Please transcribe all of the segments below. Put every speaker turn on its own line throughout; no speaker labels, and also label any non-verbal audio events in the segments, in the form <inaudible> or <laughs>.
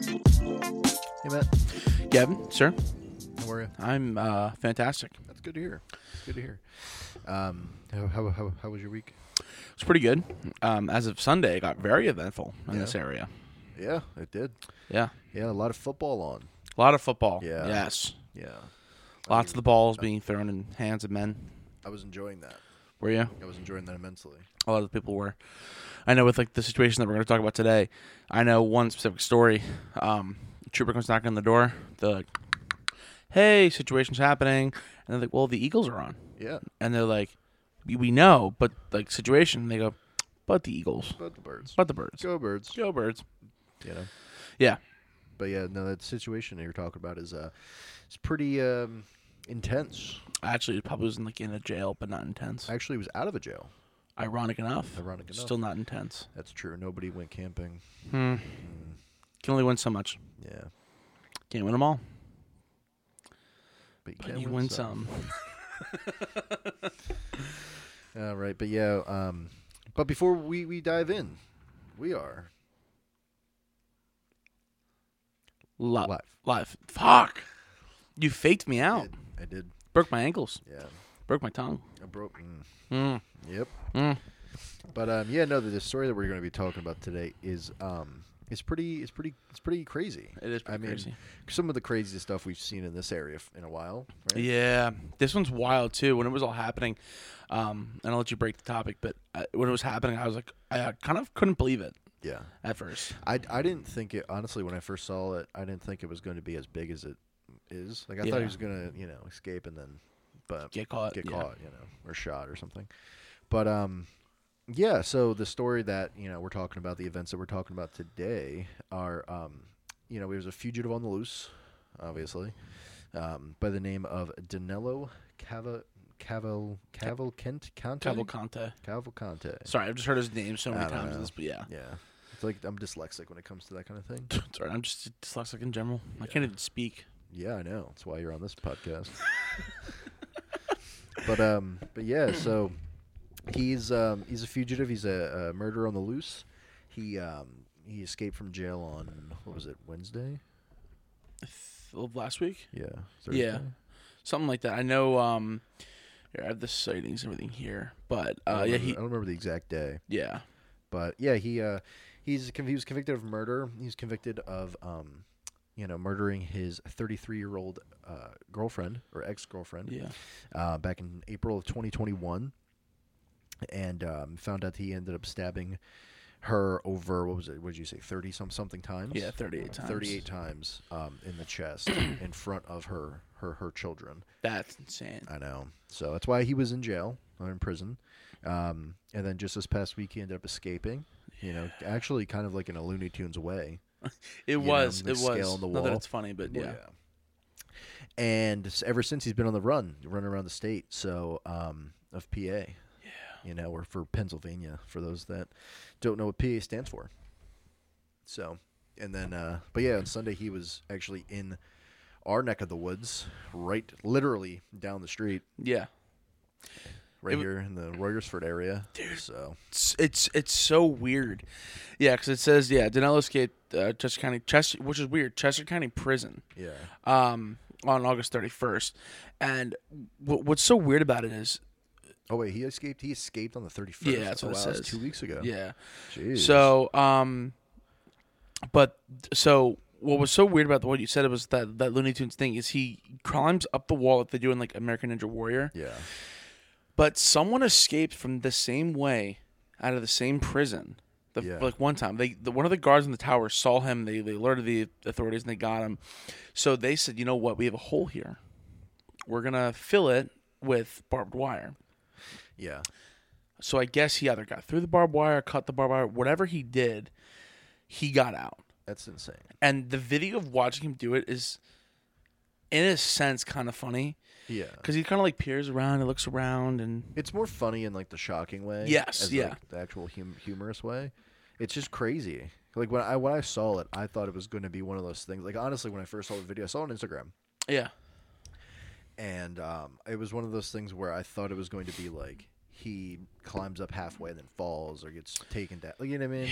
Hey, Matt.
Gavin, sir,
How are you?
I'm uh, fantastic.
That's good to hear. It's good to hear. Um, how, how, how, how was your week?
It's pretty good. Um, as of Sunday, it got very eventful in
Yeah.
this area.
Yeah, it did.
Yeah,
Yeah, a lot of football on.
a lot of football.
Yeah.
Yes,
Yeah.
lots of the balls being thrown in hands of men.
I was enjoying that.
Were you?
I was enjoying that immensely.
A lot of the people were. I know with like the situation that we're going to talk about today. I know one specific story. Um, trooper comes knocking on the door. The hey, situation's happening, and they're like, "Well, the Eagles are on,"
Yeah,
and they're like, "We- "We know, but like situation." And they go, "But the Eagles,
but the birds.
but the birds,
Go birds.
go birds."
You know.
Yeah.
But yeah, no, that situation that you're talking about is uh, it's pretty um, intense.
Actually, it probably was in like in a jail, but not intense.
I actually was out of a jail.
Ironic enough.
Ironic enough.
Still not intense.
That's true. Nobody went camping.
Hmm. Can only win so much.
Yeah,
Can't win them all.
but you,
But
can uh,
you
win
win
some.
some.
All right, but yeah, um, but before we we dive in, we are
Live.
Live.
Live. Fuck. You faked me out.
I did.
Broke my ankles.
Yeah,
Broke my tongue.
I broke. Mm,
Mm.
yep.
Mm.
But um, yeah, no, the, the story that we're going to be talking about today is um, it's pretty, it's pretty, it's pretty crazy.
It is pretty
I mean,
crazy.
Some of the craziest stuff we've seen in this area f- in a while. Right?
Yeah, this one's wild too. When it was all happening, um, and I'll let you break the topic, but uh when it was happening, I was like, I uh, kind of couldn't believe it
Yeah.
at first.
I, I didn't think it honestly when I first saw it. I didn't think it was going to be as big as it is. Like I thought
Yeah.
he was going to you know escape and then, but
Get caught.
get
uh, yeah.
caught, you know, or shot or something. But um, yeah. So the story that you know we're talking about, the events that we're talking about today are, um, you know, there's a fugitive on the loose, obviously, um, by the name of Danilo Cava Caval Cavalcante Conte
Cavalcante.
Cavalcante.
Sorry, I've just heard his name so many
I don't
times.
know.
in This, but yeah.
Yeah, it's like I'm dyslexic when it comes to that kind of thing.
<clears throat> It's all right, I'm just dyslexic in general. I can't even speak.
Yeah, I know. That's why you're on this podcast. <laughs> but um, but yeah. So he's um, he's a fugitive. He's a, a murderer on the loose. He um, he escaped from jail on what was it Wednesday?
Of Last week,
Yeah.
Yeah. something like that. I know. Um, here, I have the sightings, and everything here, but
I
uh,
don't
yeah,
remember- I
he,
don't remember the exact day,
yeah,
but yeah, he uh, he's con- he was convicted of murder. He was convicted of um, you know, murdering his 33 year old uh, girlfriend or ex girlfriend.
yeah.
uh, back in April of 2021, and um, found out he ended up stabbing her over what was it? What did you say? 30 some something times.
Yeah, 38 times.
38 times um, in the
<clears throat>
chest, in front of her her her children.
That's insane.
I know. So that's why he was in jail or in prison. Um, and then just this past week, he ended up escaping. You know, actually, kind of like in a Looney Tunes way.
It
know,
was.
the
it
scale
was.
on the
Not that
wall.
it's funny, but yeah.
And s- ever since he's been on the run, running around the state, so um, of PA. Yeah. You know, or for Pennsylvania, for those that don't know what PA stands for. So, and then, uh, but yeah, on Sunday he was actually in our neck of the woods, right, literally down the street,
yeah,
right
It wa-
here in the Royersford area. So,
It's it's it's so weird. Yeah, because it says yeah, Danilo escaped uh, Chester County, Chester, which is weird, Chester County Prison.
yeah,
Um, on August 31st, and w- what's so weird about it is,
Oh wait, he escaped. He escaped on the thirty first.
Yeah, that's what
oh,
it
wow, that's
says.
Two weeks ago.
yeah.
Jeez.
So, um, but so what was so weird about what you said was that that Looney Tunes thing is he climbs up the wall that they do in like American Ninja Warrior,
Yeah.
but someone escaped from the same way out of the same prison. The,
Yeah.
Like one time, they the, one of the guards in the tower saw him. They they alerted the authorities and they got him. So they said, you know what? We have a hole here. We're gonna fill it with barbed wire.
Yeah.
So I guess he either got through the barbed wire, cut the barbed wire, whatever he did, he got out.
That's insane.
And the video of watching him do it is, in a sense, kind of funny
Yeah.
because he kind of like peers around and looks around and
It's more funny in like the shocking way.
Yes,
as,
yeah.
Like, the actual hum- humorous way. It's just crazy. Like when I when I saw it, I thought it was going to be one of those things. Like honestly, when I first saw the video, I saw it on Instagram,
yeah,
and um, it was one of those things where I thought it was going to be like he climbs up halfway and then falls or gets taken down. You know what I mean?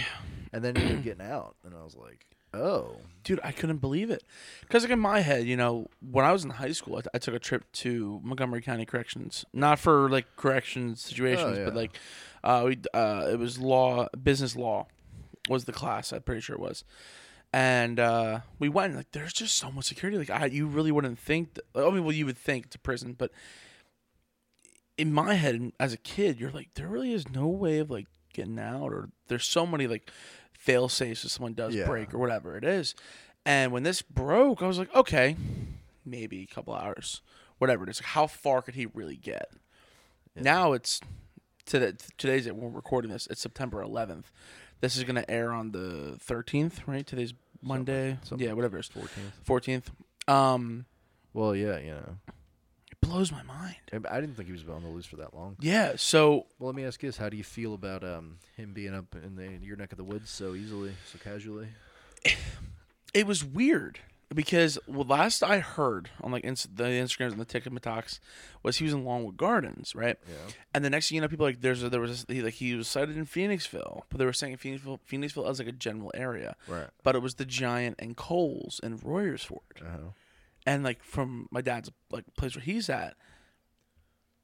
And then he ended up getting out, and I was like, oh,
dude i couldn't believe it because like in my head you know when i was in high school i, I took a trip to montgomery county corrections not for like corrections situations but
yeah.
like uh, we, uh, it was law business law was the class i'm pretty sure it was and uh, we went and, like there's just so much security like I, you really wouldn't think that, i mean well you would think it's a prison but in my head as a kid you're like there really is no way of like getting out or there's so many like fail safes if someone does
Yeah.
break or whatever it is and when this broke i was like okay maybe a couple hours whatever it is like, how far could he really get now it's today today's when we're recording this it's september 11th this is going to air on the 13th right today's monday
something
yeah whatever it's
fourteenth.
14th um
Well, yeah, you know,
it blows my mind
And I didn't think he was on the loose for that long.
yeah so
Well, let me ask you this: How do you feel about um, him being up in the your neck of the woods so easily, so casually?
it was weird because well, last I heard on like ins- the Instagrams and the TikToks was he was in Longwood Gardens, right?
Yeah.
And the next thing you know, people like there's a, there was this, he, like he was cited in Phoenixville, but they were saying Phoenixville, Phoenixville as like a general area,
Right.
but it was the Giant and Coles and Royersford,
Uh-huh.
and like from my dad's like place where he's at,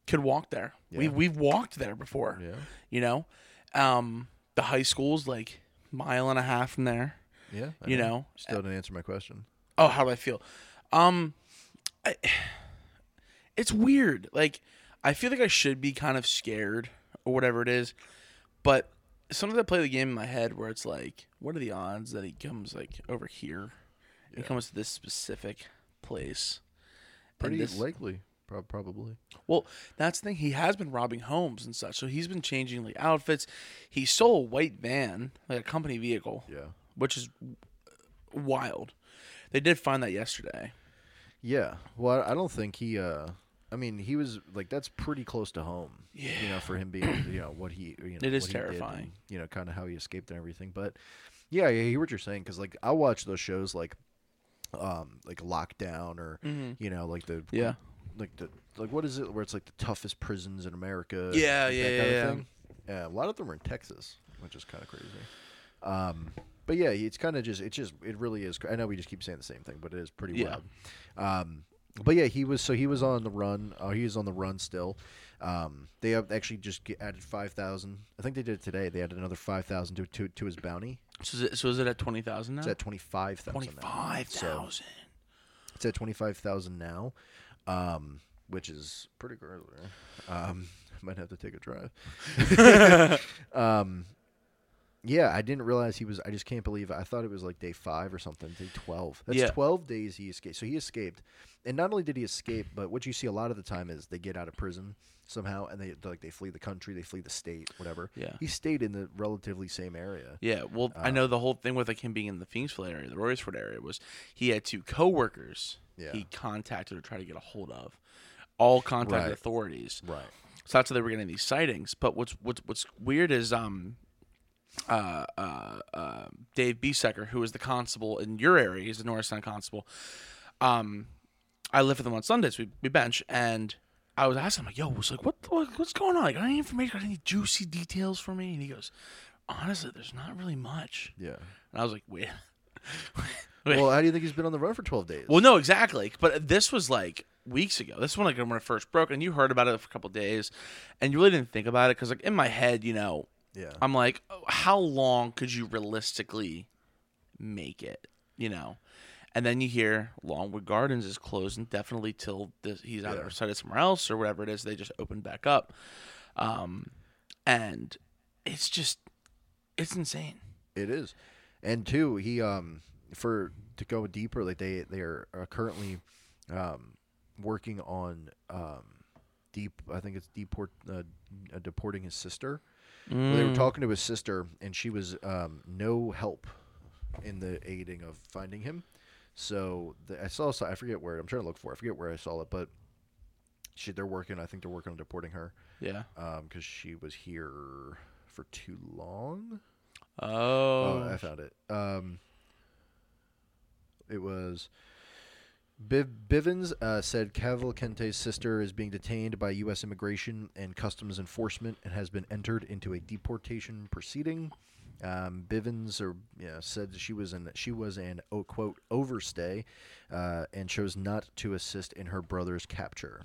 could walk there. We
Yeah.
we've walked there before
Yeah.
you know um the high school's like mile and a half from there
Yeah. I
you know
Still didn't answer my question.
oh how do i feel um I, it's weird like i feel like i should be kind of scared or whatever it is but sometimes i play the game in my head where it's like what are the odds that he comes like over here he comes to this specific place And
Pretty
this-
likely, prob- probably.
Well, that's the thing. He has been robbing homes and such, so he's been changing like outfits. He stole a white van, like a company vehicle,
Yeah.
which is wild. They did find that yesterday.
Yeah. Well, I I don't think he. uh I mean, he was like that's pretty close to home. You know, for him being, you
<clears throat>
know, what he. You know,
It is
what he did
terrifying.
and, you know, kind of how he escaped and everything. But yeah, I hear what you're saying because like I watch those shows like, um, like Lockdown or you know like the
Mm-hmm. Yeah.
like the like what is it where it's like the toughest prisons in America?
Yeah,
like
yeah,
that
yeah,
kinda
yeah.
thing. Yeah, a lot of them are in Texas, which is kind of crazy. Um, but yeah, it's kind of just it's just it really is. cra- I know we just keep saying the same thing, but it is pretty
Yeah.
wild. Um, but yeah, he was so he was on the run. Uh, he is on the run still. Um, they have actually just get, added five thousand. I think they did it today. They added another five thousand to, to to his bounty.
So is it, so is it at twenty thousand now?
It's at twenty five thousand.
twenty five thousand.
It's at twenty five thousand now, um, which is pretty good. Um, <laughs> might have to take a drive. <laughs> um, yeah, I didn't realize he was. I just can't believe. It. I thought it was like day five or something. Day twelve. That's
Yeah.
twelve days he escaped. So he escaped, and not only did he escape, but what you see a lot of the time is they get out of prison somehow, and they like they flee the country, they flee the state, whatever.
Yeah.
He stayed in the relatively same area.
Yeah, well, I know the whole thing with like him being in the Phoenixville area, the Royersford area, was he had two coworkers
Yeah.
he contacted or tried to get a hold of, all contacted
Right.
authorities.
Right.
So that's how they were getting these sightings. But what's what's what's weird is um uh uh, uh Dave Biesecker, who is the constable in your area, he's the Norristown constable. Um, I live with him on Sundays. We we bench and. I was asking him, like, yo, was like, what, the- what what's going on? Like, got any information? Got any juicy details for me? And he goes, honestly, there's not really much.
Yeah.
And I was like, wait, <laughs>
Well, how do you think he's been on the run for twelve days?
well, no, exactly. But this was like weeks ago. This one, like when it first broke, and you heard about it for a couple days, and you really didn't think about it because, like, in my head, you know,
yeah.
I'm like, oh, how long could you realistically make it? You know, and then you hear Longwood Gardens is closed indefinitely till this, he's either
Yeah.
cited somewhere else or whatever it is. They just opened back up, um, and it's just, it's insane.
It is, and two, he um for to go deeper, like they they are uh, currently um working on um deep. I think it's deport uh, uh, deporting his sister. They
Mm.
were talking to his sister, and she was um no help in the aiding of finding him. So the, I saw so I forget where I'm trying to look for. it. I forget where I saw it, but she they're working. I think they're working on deporting her
Yeah.
because she was here for too long.
Oh.
Oh, I found it. Um, it was Biv- Bivens uh, said Cavalcante's sister is being detained by U.S. Immigration and Customs Enforcement and has been entered into a deportation proceeding. Um, Bivens or yeah, said she was an she was an oh, quote overstay uh, and chose not to assist in her brother's capture.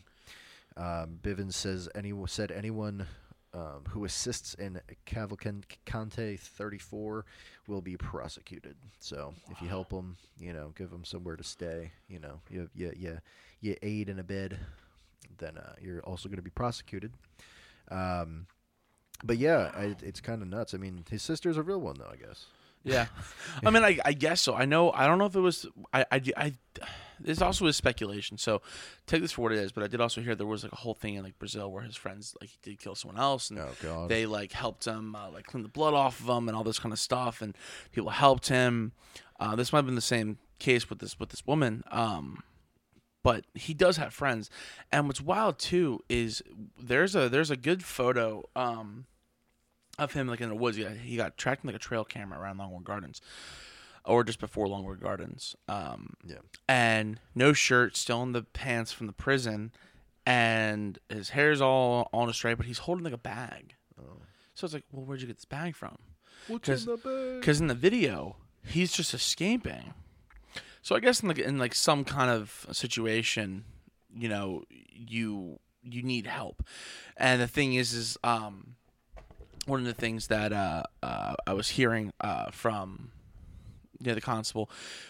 Um, Bivens says any said anyone um, who assists in Cavalcante 34 will be prosecuted. So if you help them, you know, give them somewhere to stay, you know, you you you, you aid and abet, then uh, you're also going to be prosecuted. Um, but yeah, I, it's kind of nuts. I mean, his sister's a real one though, I guess.
Yeah, I mean, I, I guess so. I know. I don't know if it was. I, I, I. This also is speculation. So take this for what it is. But I did also hear there was like a whole thing in like Brazil where his friends like he did kill someone else, and
Oh, God.
they like helped him uh, like clean the blood off of him and all this kind of stuff, and people helped him. Uh, this might have been the same case with this with this woman. Um, but he does have friends, and what's wild too is there's a there's a good photo. Um, of him like in the woods. He got, he got tracked in like a trail camera around Longwood Gardens, or just before Longwood Gardens. Um,
Yeah.
and no shirt, still in the pants from the prison, and his hair's all all in a straight, but he's holding like a bag. So it's like, well, where'd you get this bag from?
What's
in 'Cause-
the bag?
Because in the video, he's just escaping. So I guess in like in like some kind of situation, you know, you you need help. And the thing is, is um, one of the things that uh, uh I was hearing uh from you know, the constable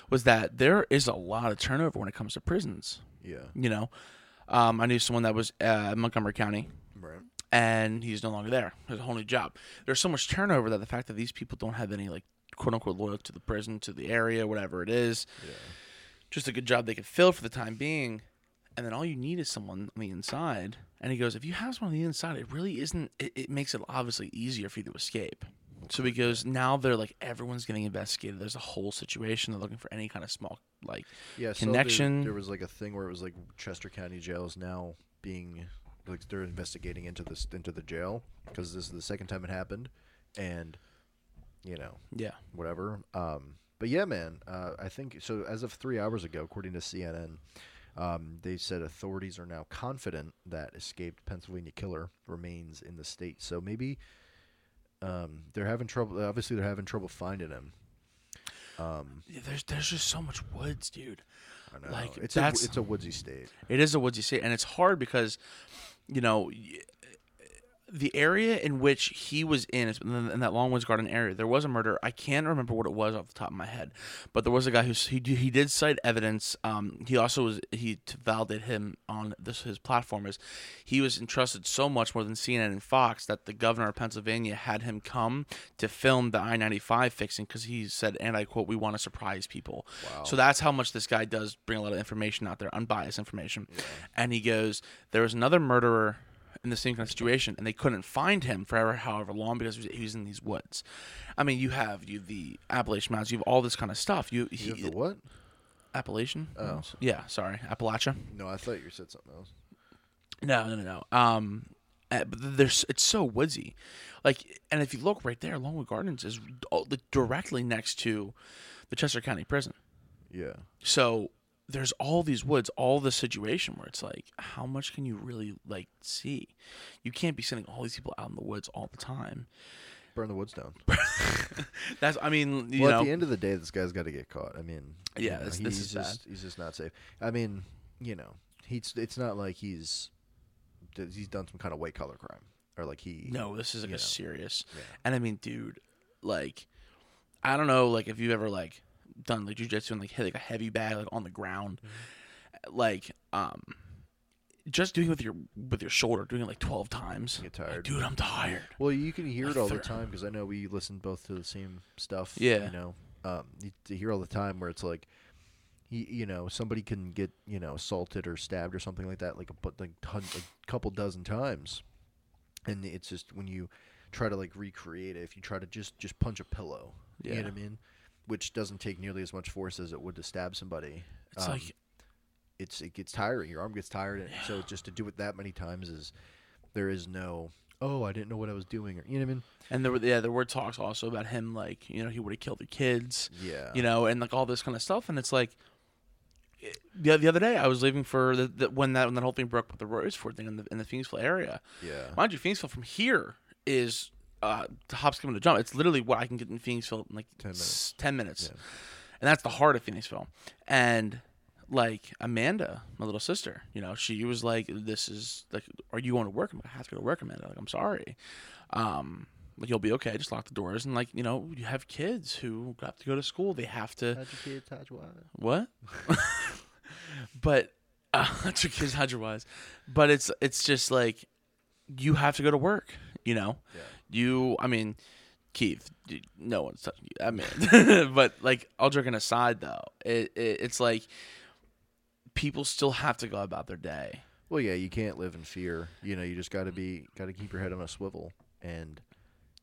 was that there is a lot of turnover when it comes to prisons.
Yeah.
You know, um, I knew someone that was uh, in Montgomery County
Right.
and he's no longer there. There's a whole new job. There's so much turnover that the fact that these people don't have any like quote unquote loyalty to the prison, to the area, whatever it is, just a good job they could fill for the time being. And then all you need is someone on the inside. And he goes, if you have someone on the inside, it really isn't. It, it makes it obviously easier for you to escape. So he goes, now they're like everyone's getting investigated. There's a whole situation. They're looking for any kind of small like
Yeah. so there-
connection.
there was like a thing where it was like Chester County Jail is now being like they're investigating into this into the jail because this is the second time it happened, and you know
yeah,
whatever. Um, but yeah, man, uh, I think so. As of three hours ago, according to CNN, um, they said authorities are now confident that escaped Pennsylvania killer remains in the state. So maybe um, they're having trouble. Obviously, they're having trouble finding him. Um,
Yeah, there's there's just so much woods, dude.
I know.
Like,
it's
that's-
a, it's a woodsy state.
It is a woodsy state, and it's hard because, you know, y- the area in which he was in, is- in that Longwoods Garden area, there was a murder. I can't remember what it was off the top of my head, but there was a guy who s- he, d- he did cite evidence. Um, he also was he t- validated him on this his platform is he was entrusted so much more than CNN and Fox that the governor of Pennsylvania had him come to film the I ninety five fixing because he said, and I quote, "We want to surprise people." So that's how much this guy does bring a lot of information out there, unbiased information. And he goes, there was another murderer in the same kind of situation, and they couldn't find him forever, however long, because he was- he was in these woods. I mean, you have you have the Appalachian Mountains, you have all this kind of stuff. You, he,
You have the Oh. what?
Appalachian? Mountains? yeah, sorry, Appalachia.
No, I thought you said something else.
No, no, no, no. Um, uh, but there's it's so woodsy, like, and if you look right there, Longwood Gardens is all- directly next to the Chester County Prison.
Yeah.
So there's all these woods, all the situation where it's like, how much can you really like see? You can't be sending all these people out in the woods all the time.
Burn the woods down.
That's, I mean, you
well,
know,
at the end of the day, this guy's got to get caught. I mean, you
Yeah,
know,
this-
he's
this is bad.
just he's just not safe. I mean, you know, he's it's not like he's that he's done some kind of white collar crime or like he
no, this is like
you
a
know.
serious.
Yeah.
And I mean, dude, like, I don't know, like if you've ever like done like jujitsu and like hit like a heavy bag like on the ground,
Mm-hmm.
like, um, just doing it with your with your shoulder, doing it like twelve times.
get tired.
Like, dude, I'm tired.
Well, you can hear it all the
thir-
time because I know we listen both to the same stuff.
Yeah.
you know, um, you, you hear all the time where it's like, you, you know, somebody can get you know assaulted or stabbed or something like that, like a but like hun- a couple dozen times, and it's just when you try to like recreate it, if you try to just just punch a pillow, you know what I
Yeah.
mean, which doesn't take nearly as much force as it would to stab somebody.
It's
um,
like
it's it gets tiring. Your arm gets tired, and so just to do it that many times is there is no. Oh, I didn't know what I was doing. Or, you know what I mean?
And there were yeah, there were talks also about him like, you know, he would have killed the kids,
Yeah.
you know, and like all this kind of stuff and it's like eh, the, the other day I was leaving for the, the when that when that whole thing broke with the Roseford thing in the in the Phoenixville area.
Yeah.
Mind you, Phoenixville from here is uh, to hop, skip, and a jump. It's literally what I can get in Phoenixville in like 10
minutes.
minutes. 10 minutes. And that's the heart of Phoenixville. And like Amanda, my little sister, you know, she was like, This is like, are you going to work? I'm like, I have to go to work, Amanda. Like, I'm sorry. Um, like, you'll be okay. Just lock the doors. And like, you know, you have kids who have to go to school. They have to. What? <laughs> but <laughs> uh, that's your kids hide your wise. But it's it's just like you have to go to work. You know,
Yeah.
you. I mean, Keith. you- No one's touching you. I mean, <laughs> but like all joking aside, though, it, it it's like people still have to go about their day.
Well, yeah, you can't live in fear. You know, you just got to be got to keep your head on a swivel and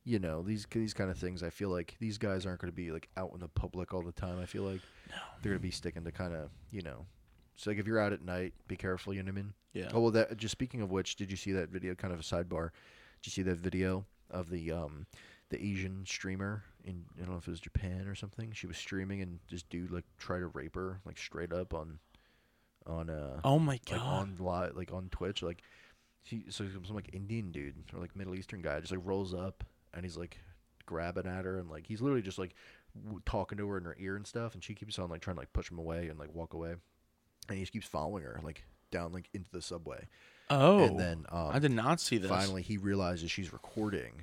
you know, these these kind of things I feel like these guys aren't going to be like out in the public all the time. I feel like
No.
they're going to be sticking to kind of, you know, so like if you're out at night, be careful, you know what I mean?
Yeah.
Oh, well, that just speaking of which, did you see that video kind of a sidebar? Did you see that video of the um the Asian streamer in I don't know if it was Japan or something. She was streaming and this dude like tried to rape her like straight up on on uh
Oh my god.
like on live, like on Twitch, like she so some like Indian dude or like Middle Eastern guy just like rolls up and he's like grabbing at her and like he's literally just like w- talking to her in her ear and stuff, and she keeps on like trying to like push him away and like walk away, and he just keeps following her like down like into the subway,
oh.
and then um,
I did not see this.
finally he realizes she's recording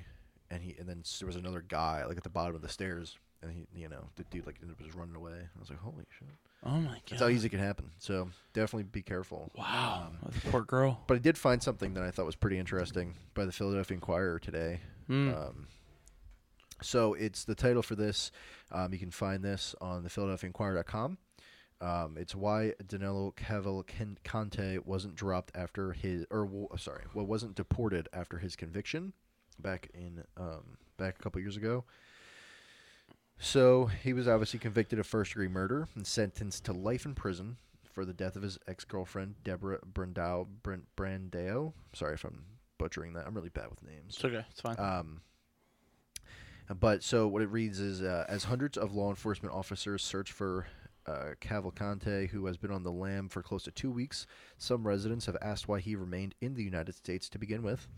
and he and then s- there was another guy like at the bottom of the stairs and he you know the dude like ended up just running away i was like holy shit
Oh my
that's how
god.
easy it can happen so definitely be careful
Wow.
Um,
That poor girl.
but I did find something that I thought was pretty interesting by the Philadelphia Inquirer today.
Mm.
Um, so it's the title for this. Um, you can find this on the PhiladelphiaInquirer.com. Um, it's why Danilo Cavalcante wasn't dropped after his, or w- uh, sorry, well, wasn't deported after his conviction back in um, back a couple years ago. So he was obviously convicted of first degree murder and sentenced to life in prison for the death of his ex girlfriend Deborah Brandao Brand, Brandao. Sorry if I'm butchering that. I'm really bad with names.
it's okay. It's fine.
Um, but so what it reads is uh, as hundreds of law enforcement officers search for uh, Cavalcante, who has been on the lam for close to two weeks, some residents have asked why he remained in the United States to begin with.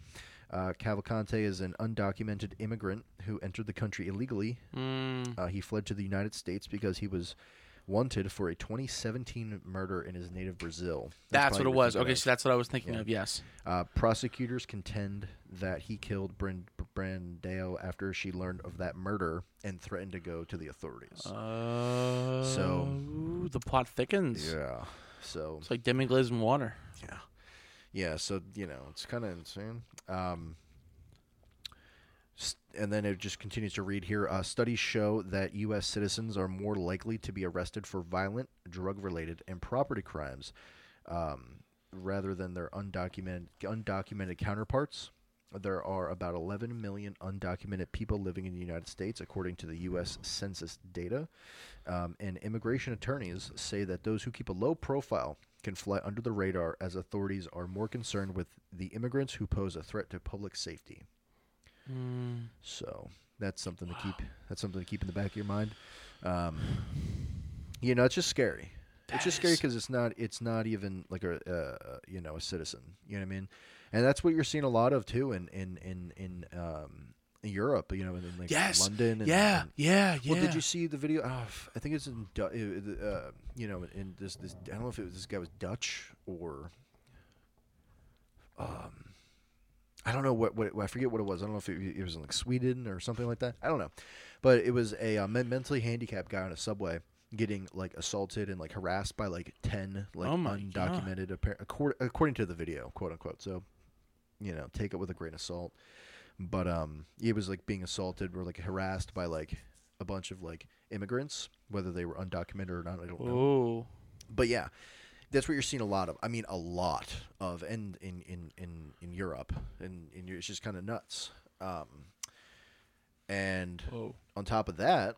Uh, Cavalcante is an undocumented immigrant who entered the country illegally.
Mm.
Uh, he fled to the United States because he was wanted for a 2017 murder in his native Brazil.
That's
probably
what
you're
it was.
thinking
Okay,
of.
so that's what I was thinking
Yeah.
of. Yes.
Uh, prosecutors contend that he killed Brand- Brandao after she learned of that murder and threatened to go to the authorities.
Uh, Oh. the plot thickens.
yeah. So
It's like demi glaze and water.
yeah, yeah. So you know, it's kind of insane. Um, s- and then it just continues to read here. Uh, studies show that U.S. citizens are more likely to be arrested for violent, drug-related, and property crimes, um, rather than their undocumented undocumented counterparts. There are about 11 million undocumented people living in the United States, according to the U.S. Census data. Um, and immigration attorneys say that those who keep a low profile can fly under the radar as authorities are more concerned with the immigrants who pose a threat to public safety.
Mm.
So that's something to keep. That's something to keep in the back of your mind. Um, you know, it's just scary. it's
That
just scary
is-
because it's not. It's not even like a uh, you know a citizen. You know what I mean? And that's what you're seeing a lot of too in in in in um, Europe. You know, in like
Yes.
London. And,
yeah,
and-
yeah, yeah.
well, did you see the video? Oh, f- I think it's in, Du- uh, uh, you know, in this, this. I don't know if it was this guy was Dutch or, um, I don't know what, what I forget what it was. I don't know if it, it was in like Sweden or something like that. I don't know, but it was a uh, men- mentally handicapped guy on a subway getting like assaulted and like harassed by like ten like
Oh my God.
undocumented appar- according, according to the video, quote unquote. So, you know, take it with a grain of salt but um he was like being assaulted or like harassed by like a bunch of like immigrants whether they were undocumented or not i don't know
Oh,
but yeah that's what you're seeing a lot of i mean a lot of and in in in, in europe and, and it's just kind of nuts um and
oh.
on top of that,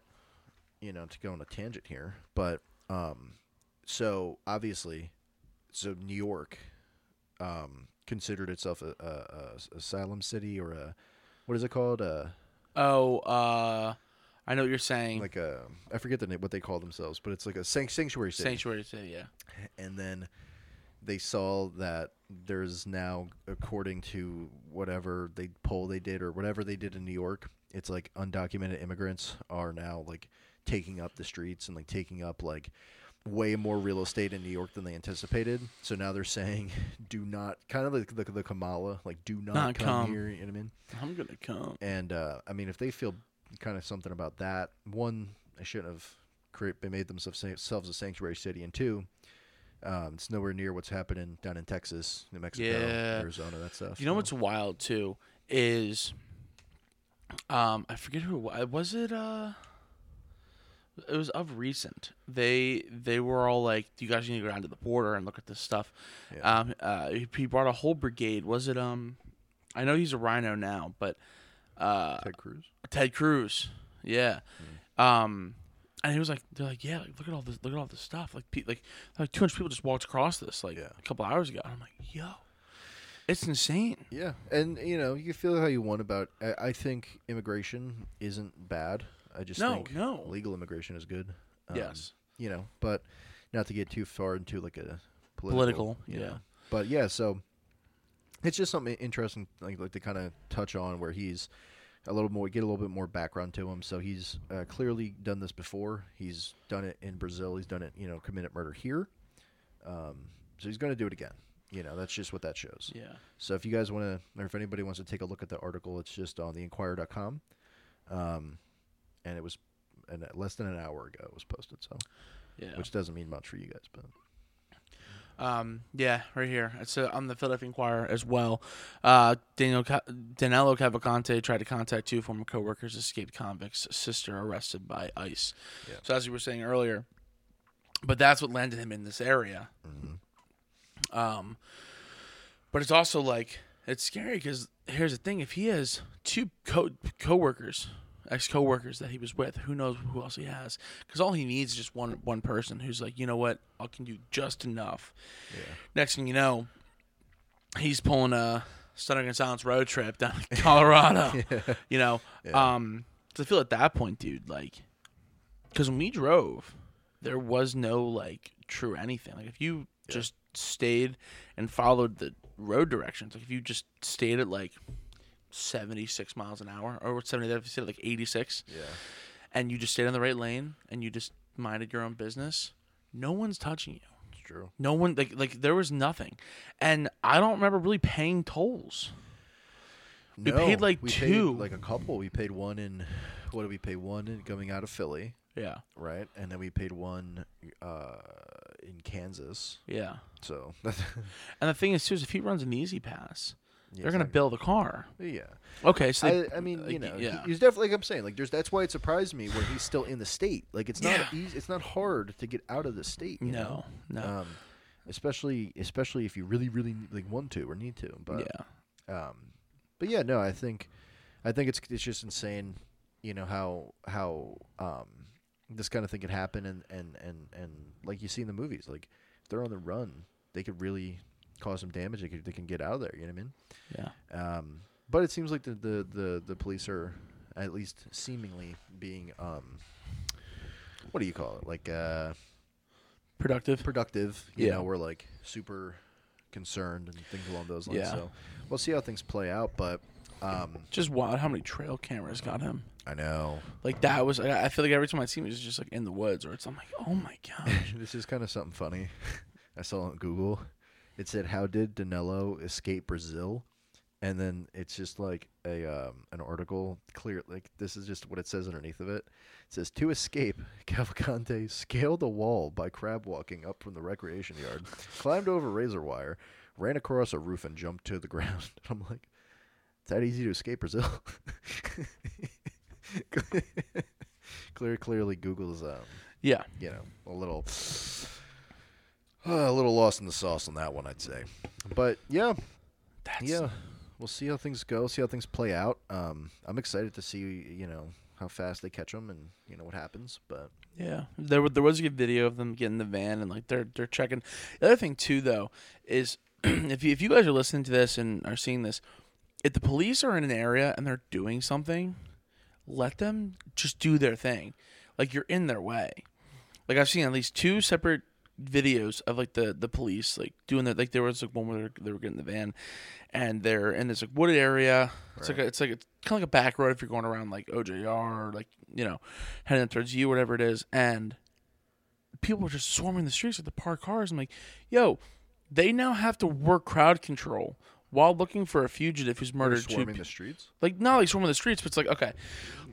you know, to go on a tangent here, but um, so obviously, so New York, um, considered itself a, a, Uh, a asylum city or a what is it called? A
Oh, uh, I know what you're saying.
like a I forget the name what they call themselves, but it's like a sanct- sanctuary city.
Sanctuary City, yeah.
and then they saw that there's now according to whatever they poll they did or whatever they did in New York, it's like undocumented immigrants are now like taking up the streets and like taking up like way more real estate in New York than they anticipated. So now they're saying <laughs> do not kind of like the, the Kamala, like do not,
Not
come,
come.
here, you know what I mean?
I'm gonna come.
And uh, I mean if they feel kind of something about that, one I shouldn't have create, made themselves themselves a sanctuary city and two um, it's nowhere near what's happening down in Texas, New Mexico,
Yeah.
Arizona, that stuff.
You know
so.
what's wild too is, um, I forget who it wa- was it. Uh, it was of recent. They they were all like, "You guys need to go down to the border and look at this stuff."
Yeah.
Um, uh, he- he brought a whole brigade. Was it um, I know he's a rhino now, but uh,
Ted Cruz?
Ted Cruz. Yeah.
Hmm.
Um, and he was like, they're like, yeah, like, look at all this, look at all this stuff. Like, pe- like, like 200 people just walked across this like
Yeah.
a couple hours ago. And I'm like, yo, it's insane.
Yeah, and you know you feel how you want about. I, I think immigration isn't bad. I just
No,
think
no.
legal immigration is good. Um,
yes.
you know, but not to get too far into like a political,
Political,
you
yeah.
know. But yeah, so it's just something interesting, like like to kind of touch on where he's a little more get a little bit more background to him. So he's uh, clearly done this before. He's done it in Brazil. He's done it, you know, committed murder here. Um, so he's going to do it again. You know, that's just what that shows.
Yeah.
So if you guys want to, or if anybody wants to take a look at the article, it's just on theinquirer.com. Um, and it was an, less than an hour ago it was posted, so
Yeah.
which doesn't mean much for you guys, but
Um, yeah, right here. It's uh, on the Philadelphia Inquirer as well. Uh, Daniel Ca- Danilo Cavalcante tried to contact two former coworkers, escaped convicts, sister arrested by ICE.
Yeah.
So as you were saying earlier, but that's what landed him in this area. Um, but it's also like it's scary because here's the thing: if he has two co coworkers, ex coworkers that he was with, who knows who else he has? Because all he needs is just one one person who's like, you know what, I can do just enough. Next thing you know, he's pulling a Stunning and Silence road trip down to <laughs> Colorado. You know, um, 'cause I feel at that point, dude, like, because when we drove, there was no like true anything. Like if you just stayed and followed the road directions, like if you just stayed at like seventy six miles an hour or what seventy, if you stayed at like eighty six,
yeah,
and you just stayed on the right lane and you just minded your own business, no one's touching you.
it's true.
No one like like there was nothing, and I don't remember really paying tolls. We paid, like,
we
two.
paid like a couple. We paid one in what did we pay one in coming out of Philly,
Yeah,
right? And then we paid one uh, in Kansas.
yeah.
So <laughs> that's
And the thing is, too, is if he runs an easy pass, they're gonna
exactly.
bill the car.
yeah.
Okay, so
I,
they-
I mean, you
like,
know, he-
yeah,
he's definitely like I'm saying, like there's that's why it surprised me when he's still in the state. Like it's not
Yeah.
easy, it's not hard to get out of the state. You know?
no, no,
Um, especially especially if you really really like want to or need to. But
yeah,
um, but yeah, no, I think I think it's it's just insane, you know how how um, this kind of thing could happen, and and and and like you see in the movies, like if they're on the run, they could really cause some damage. They could, they can get out of there. You know what I mean?
yeah.
Um, but it seems like the, the, the, the police are at least seemingly being um, what do you call it? Like uh,
Productive.
productive. You
Yeah.
know, we're like super concerned and things along those lines.
Yeah.
So we'll see how things play out. But um,
Just wild how many trail cameras got him.
I know
Like that was. I I feel like every time I see him, he's just like in the woods, or it's. I'm like, oh my gosh.
<laughs> this is kind of something funny. <laughs> I saw on Google. It said, "How did Danilo escape Brazil?" And then it's just like a um, an article clear. Like this is just what it says underneath of it. It says, "To escape, <laughs> Cavalcante scaled a wall by crab walking up from the recreation yard, climbed over razor wire, ran across a roof, and jumped to the <laughs> ground." I'm like, "It's that easy to escape Brazil?" <laughs> clear, clearly, Google's um,
<laughs> yeah,
you know, a little uh, a little lost in the sauce on that one, I'd say. But yeah,
that's
yeah, we'll see how things go, see how things play out. Um, I'm excited to see you know how fast they catch them and you know what happens. But
Yeah, there wa- there was a good video of them getting the van and like they're they're checking. The other thing too though is <clears throat> if you, if you guys are listening to this and are seeing this, if the police are in an area and they're doing something, let them just do their thing. Like you're in their way. Like I've seen at least two separate videos of like the the police like doing that. Like there was like one where they were getting in the van, and they're in this like wooded area. It's like a, it's like it's kind of like a back road if you're going around like OJR or like you know heading up towards you whatever it is, and people are just swarming the streets with the parked cars. I'm like, yo, they now have to work crowd control while looking for a fugitive who's murdered two
Swarming
people
the streets.
like not like swarming the streets, but it's like okay,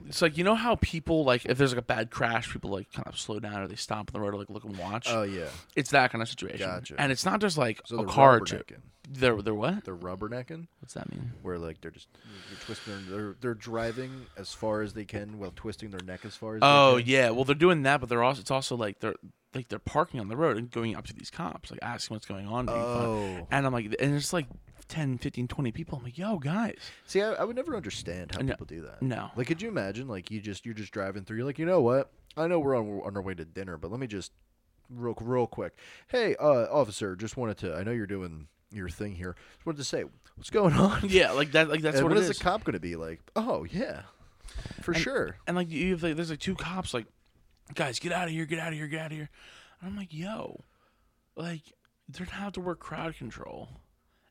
it's like you know how people like if there's like a bad crash, people like kind of slow down or they stop on the road or like look and watch.
Oh yeah.
it's that kind of situation,
Gotcha.
and it's not just like
So
a
they're
car
rubbernecking.
chip. They're they're what?
They're rubbernecking,
What's that mean?
where like they're just they're twisting. Their, they're they're driving as far as they can while twisting their neck as far as.
Oh
they can.
yeah, well they're doing that, but they're also it's also like they're like they're parking on the road and going up to these cops, like asking what's going on. being fun.
Oh.
and I'm like, and it's like 10, 15, 20 people. I'm like, yo guys,
See, I, I would never understand how
No.
people do that.
no, <laughs>
Like, could you imagine? Like, you just you're just driving through. You're like, you know what? I know we're on on our way to dinner, but let me just real real quick. Hey, uh, officer, just wanted to. I know you're doing your thing here. Just wanted to say what's going <laughs> on.
yeah, like that, like that's
and
what,
what
it
is
is.
the cop going to be like? Oh yeah, for sure.
And like you have like there's like two cops like, guys, get out of here, get out of here, get out of here. And I'm like, yo, like they're gonna have to work crowd control,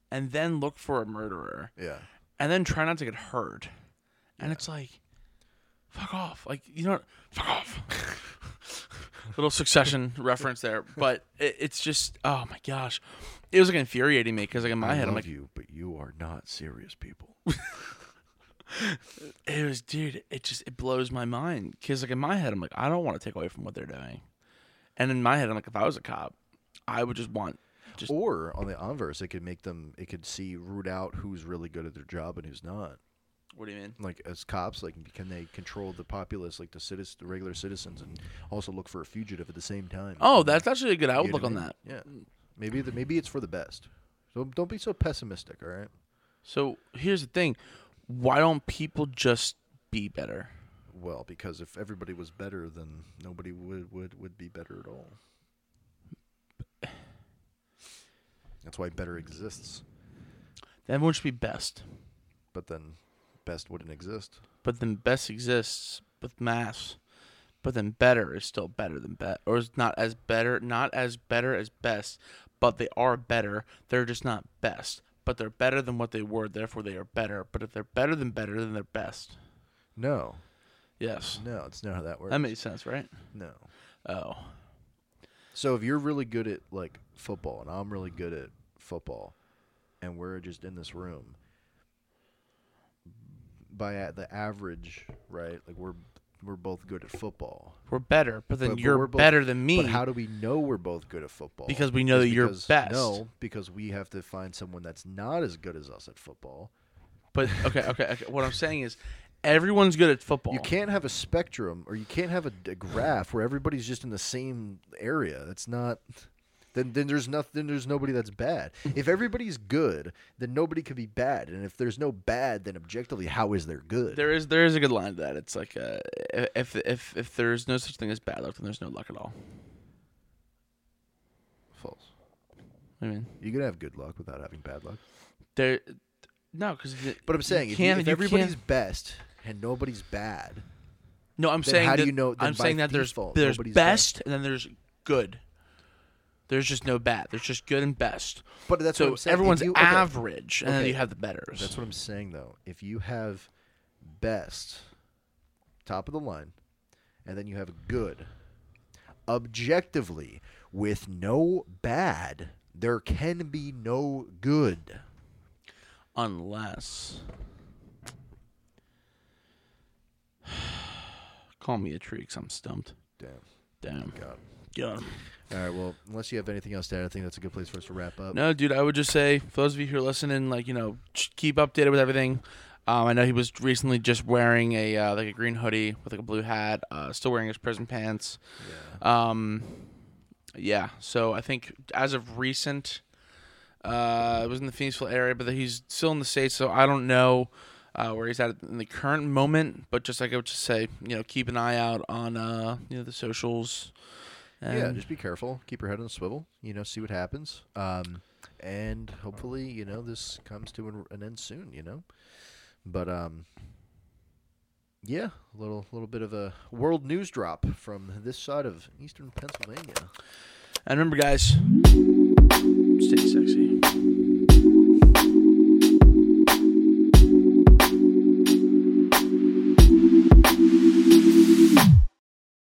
and then look for a murderer,
Yeah.
and then try not to get hurt. And it's like, fuck off, like you know, fuck off. <laughs> Little succession reference there, but it, it's just oh my gosh, it was like infuriating me because like in my
I
head
love
I'm like,
you, but you are not serious
<laughs>
people.
it was dude it just it blows my mind because like in my head i'm like i don't want to take away from what they're doing and in my head i'm like if i was a cop i would just want just
or on the inverse, it could make them. It could see root out who's really good at their job and who's not.
what do you mean
like as cops like can they control the populace like the citizens the regular citizens and also look for a fugitive at the same time
oh that's actually a good
You know
outlook
what
on
I
that
mean? yeah maybe the, maybe it's for the best so don't be so pessimistic all right
so here's the thing why don't people just be better
well because if everybody was better then nobody would would, would be better at all that's why better exists
then everyone should be best
but then best wouldn't exist
but then best exists with mass but then better is still better than bet or is not as better not as better as best but they are better they're just not best but they're better than what they were therefore they are better but if they're better than better then they're best
no
yes
no it's not how that works
that makes sense right
no
oh
So if you're really good at like football and I'm really good at football, and we're just in this room, by a- the average, right? Like we're we're both good at football.
we're better but then
But- but
you're
we're both-
better than me
But how do we know we're both good at football?
because we know that
It's
you're
because-
best
No, because we have to find someone that's not as good as us at football.
but okay, okay okay what i'm saying is everyone's good at football
You can't have a spectrum, or you can't have a, a graph where everybody's just in the same area. That's not. Then, then there's nothing. Then there's nobody that's bad. If everybody's good, then nobody could be bad. And if there's no bad, then objectively, how is there good?
There is there is a good line to that. It's like uh, if if if there's no such thing as bad luck, then there's no luck at all.
False.
I mean,
You can have good luck without having bad luck.
there no because
But I'm saying, if, you- if everybody's best and nobody's bad,
no. I'm
then
saying
how do
that-
you know- then
I'm
by
saying that
default,
there's there's
nobody's
best and then there's good. There's just no bad. There's just good and best.
but that's what
so
I'm saying. If
everyone's
you- okay.
average, and then
Okay.
you have the betters.
That's what I'm saying though. If you have best, top of the line, and then you have good, objectively, with no bad, there can be no good.
Unless. <sighs> Call me a tree, cause I'm stumped.
Damn.
Damn.
God.
Yeah.
All right. Well, unless you have anything else to add, I think that's a good place for us to wrap up.
No, dude, I would just say for those of you who are listening, like you know, just keep updated with everything. Um, I know he was recently just wearing a uh, like a green hoodie with like a blue hat, uh, still wearing his prison pants.
Yeah.
Um, yeah, so I think as of recent, uh, it was in the Phoenixville area, but he's still in the states, so I don't know uh, where he's at in the current moment. But just like I would just say, you know, keep an eye out on uh, you know the socials. And
yeah. Just be careful. Keep your head on a swivel. You know, see what happens. Um, and hopefully, you know, this comes to an, an end soon. You know, but um, yeah, a little little bit of a world news drop from this side of eastern Pennsylvania.
And remember, guys, stay sexy.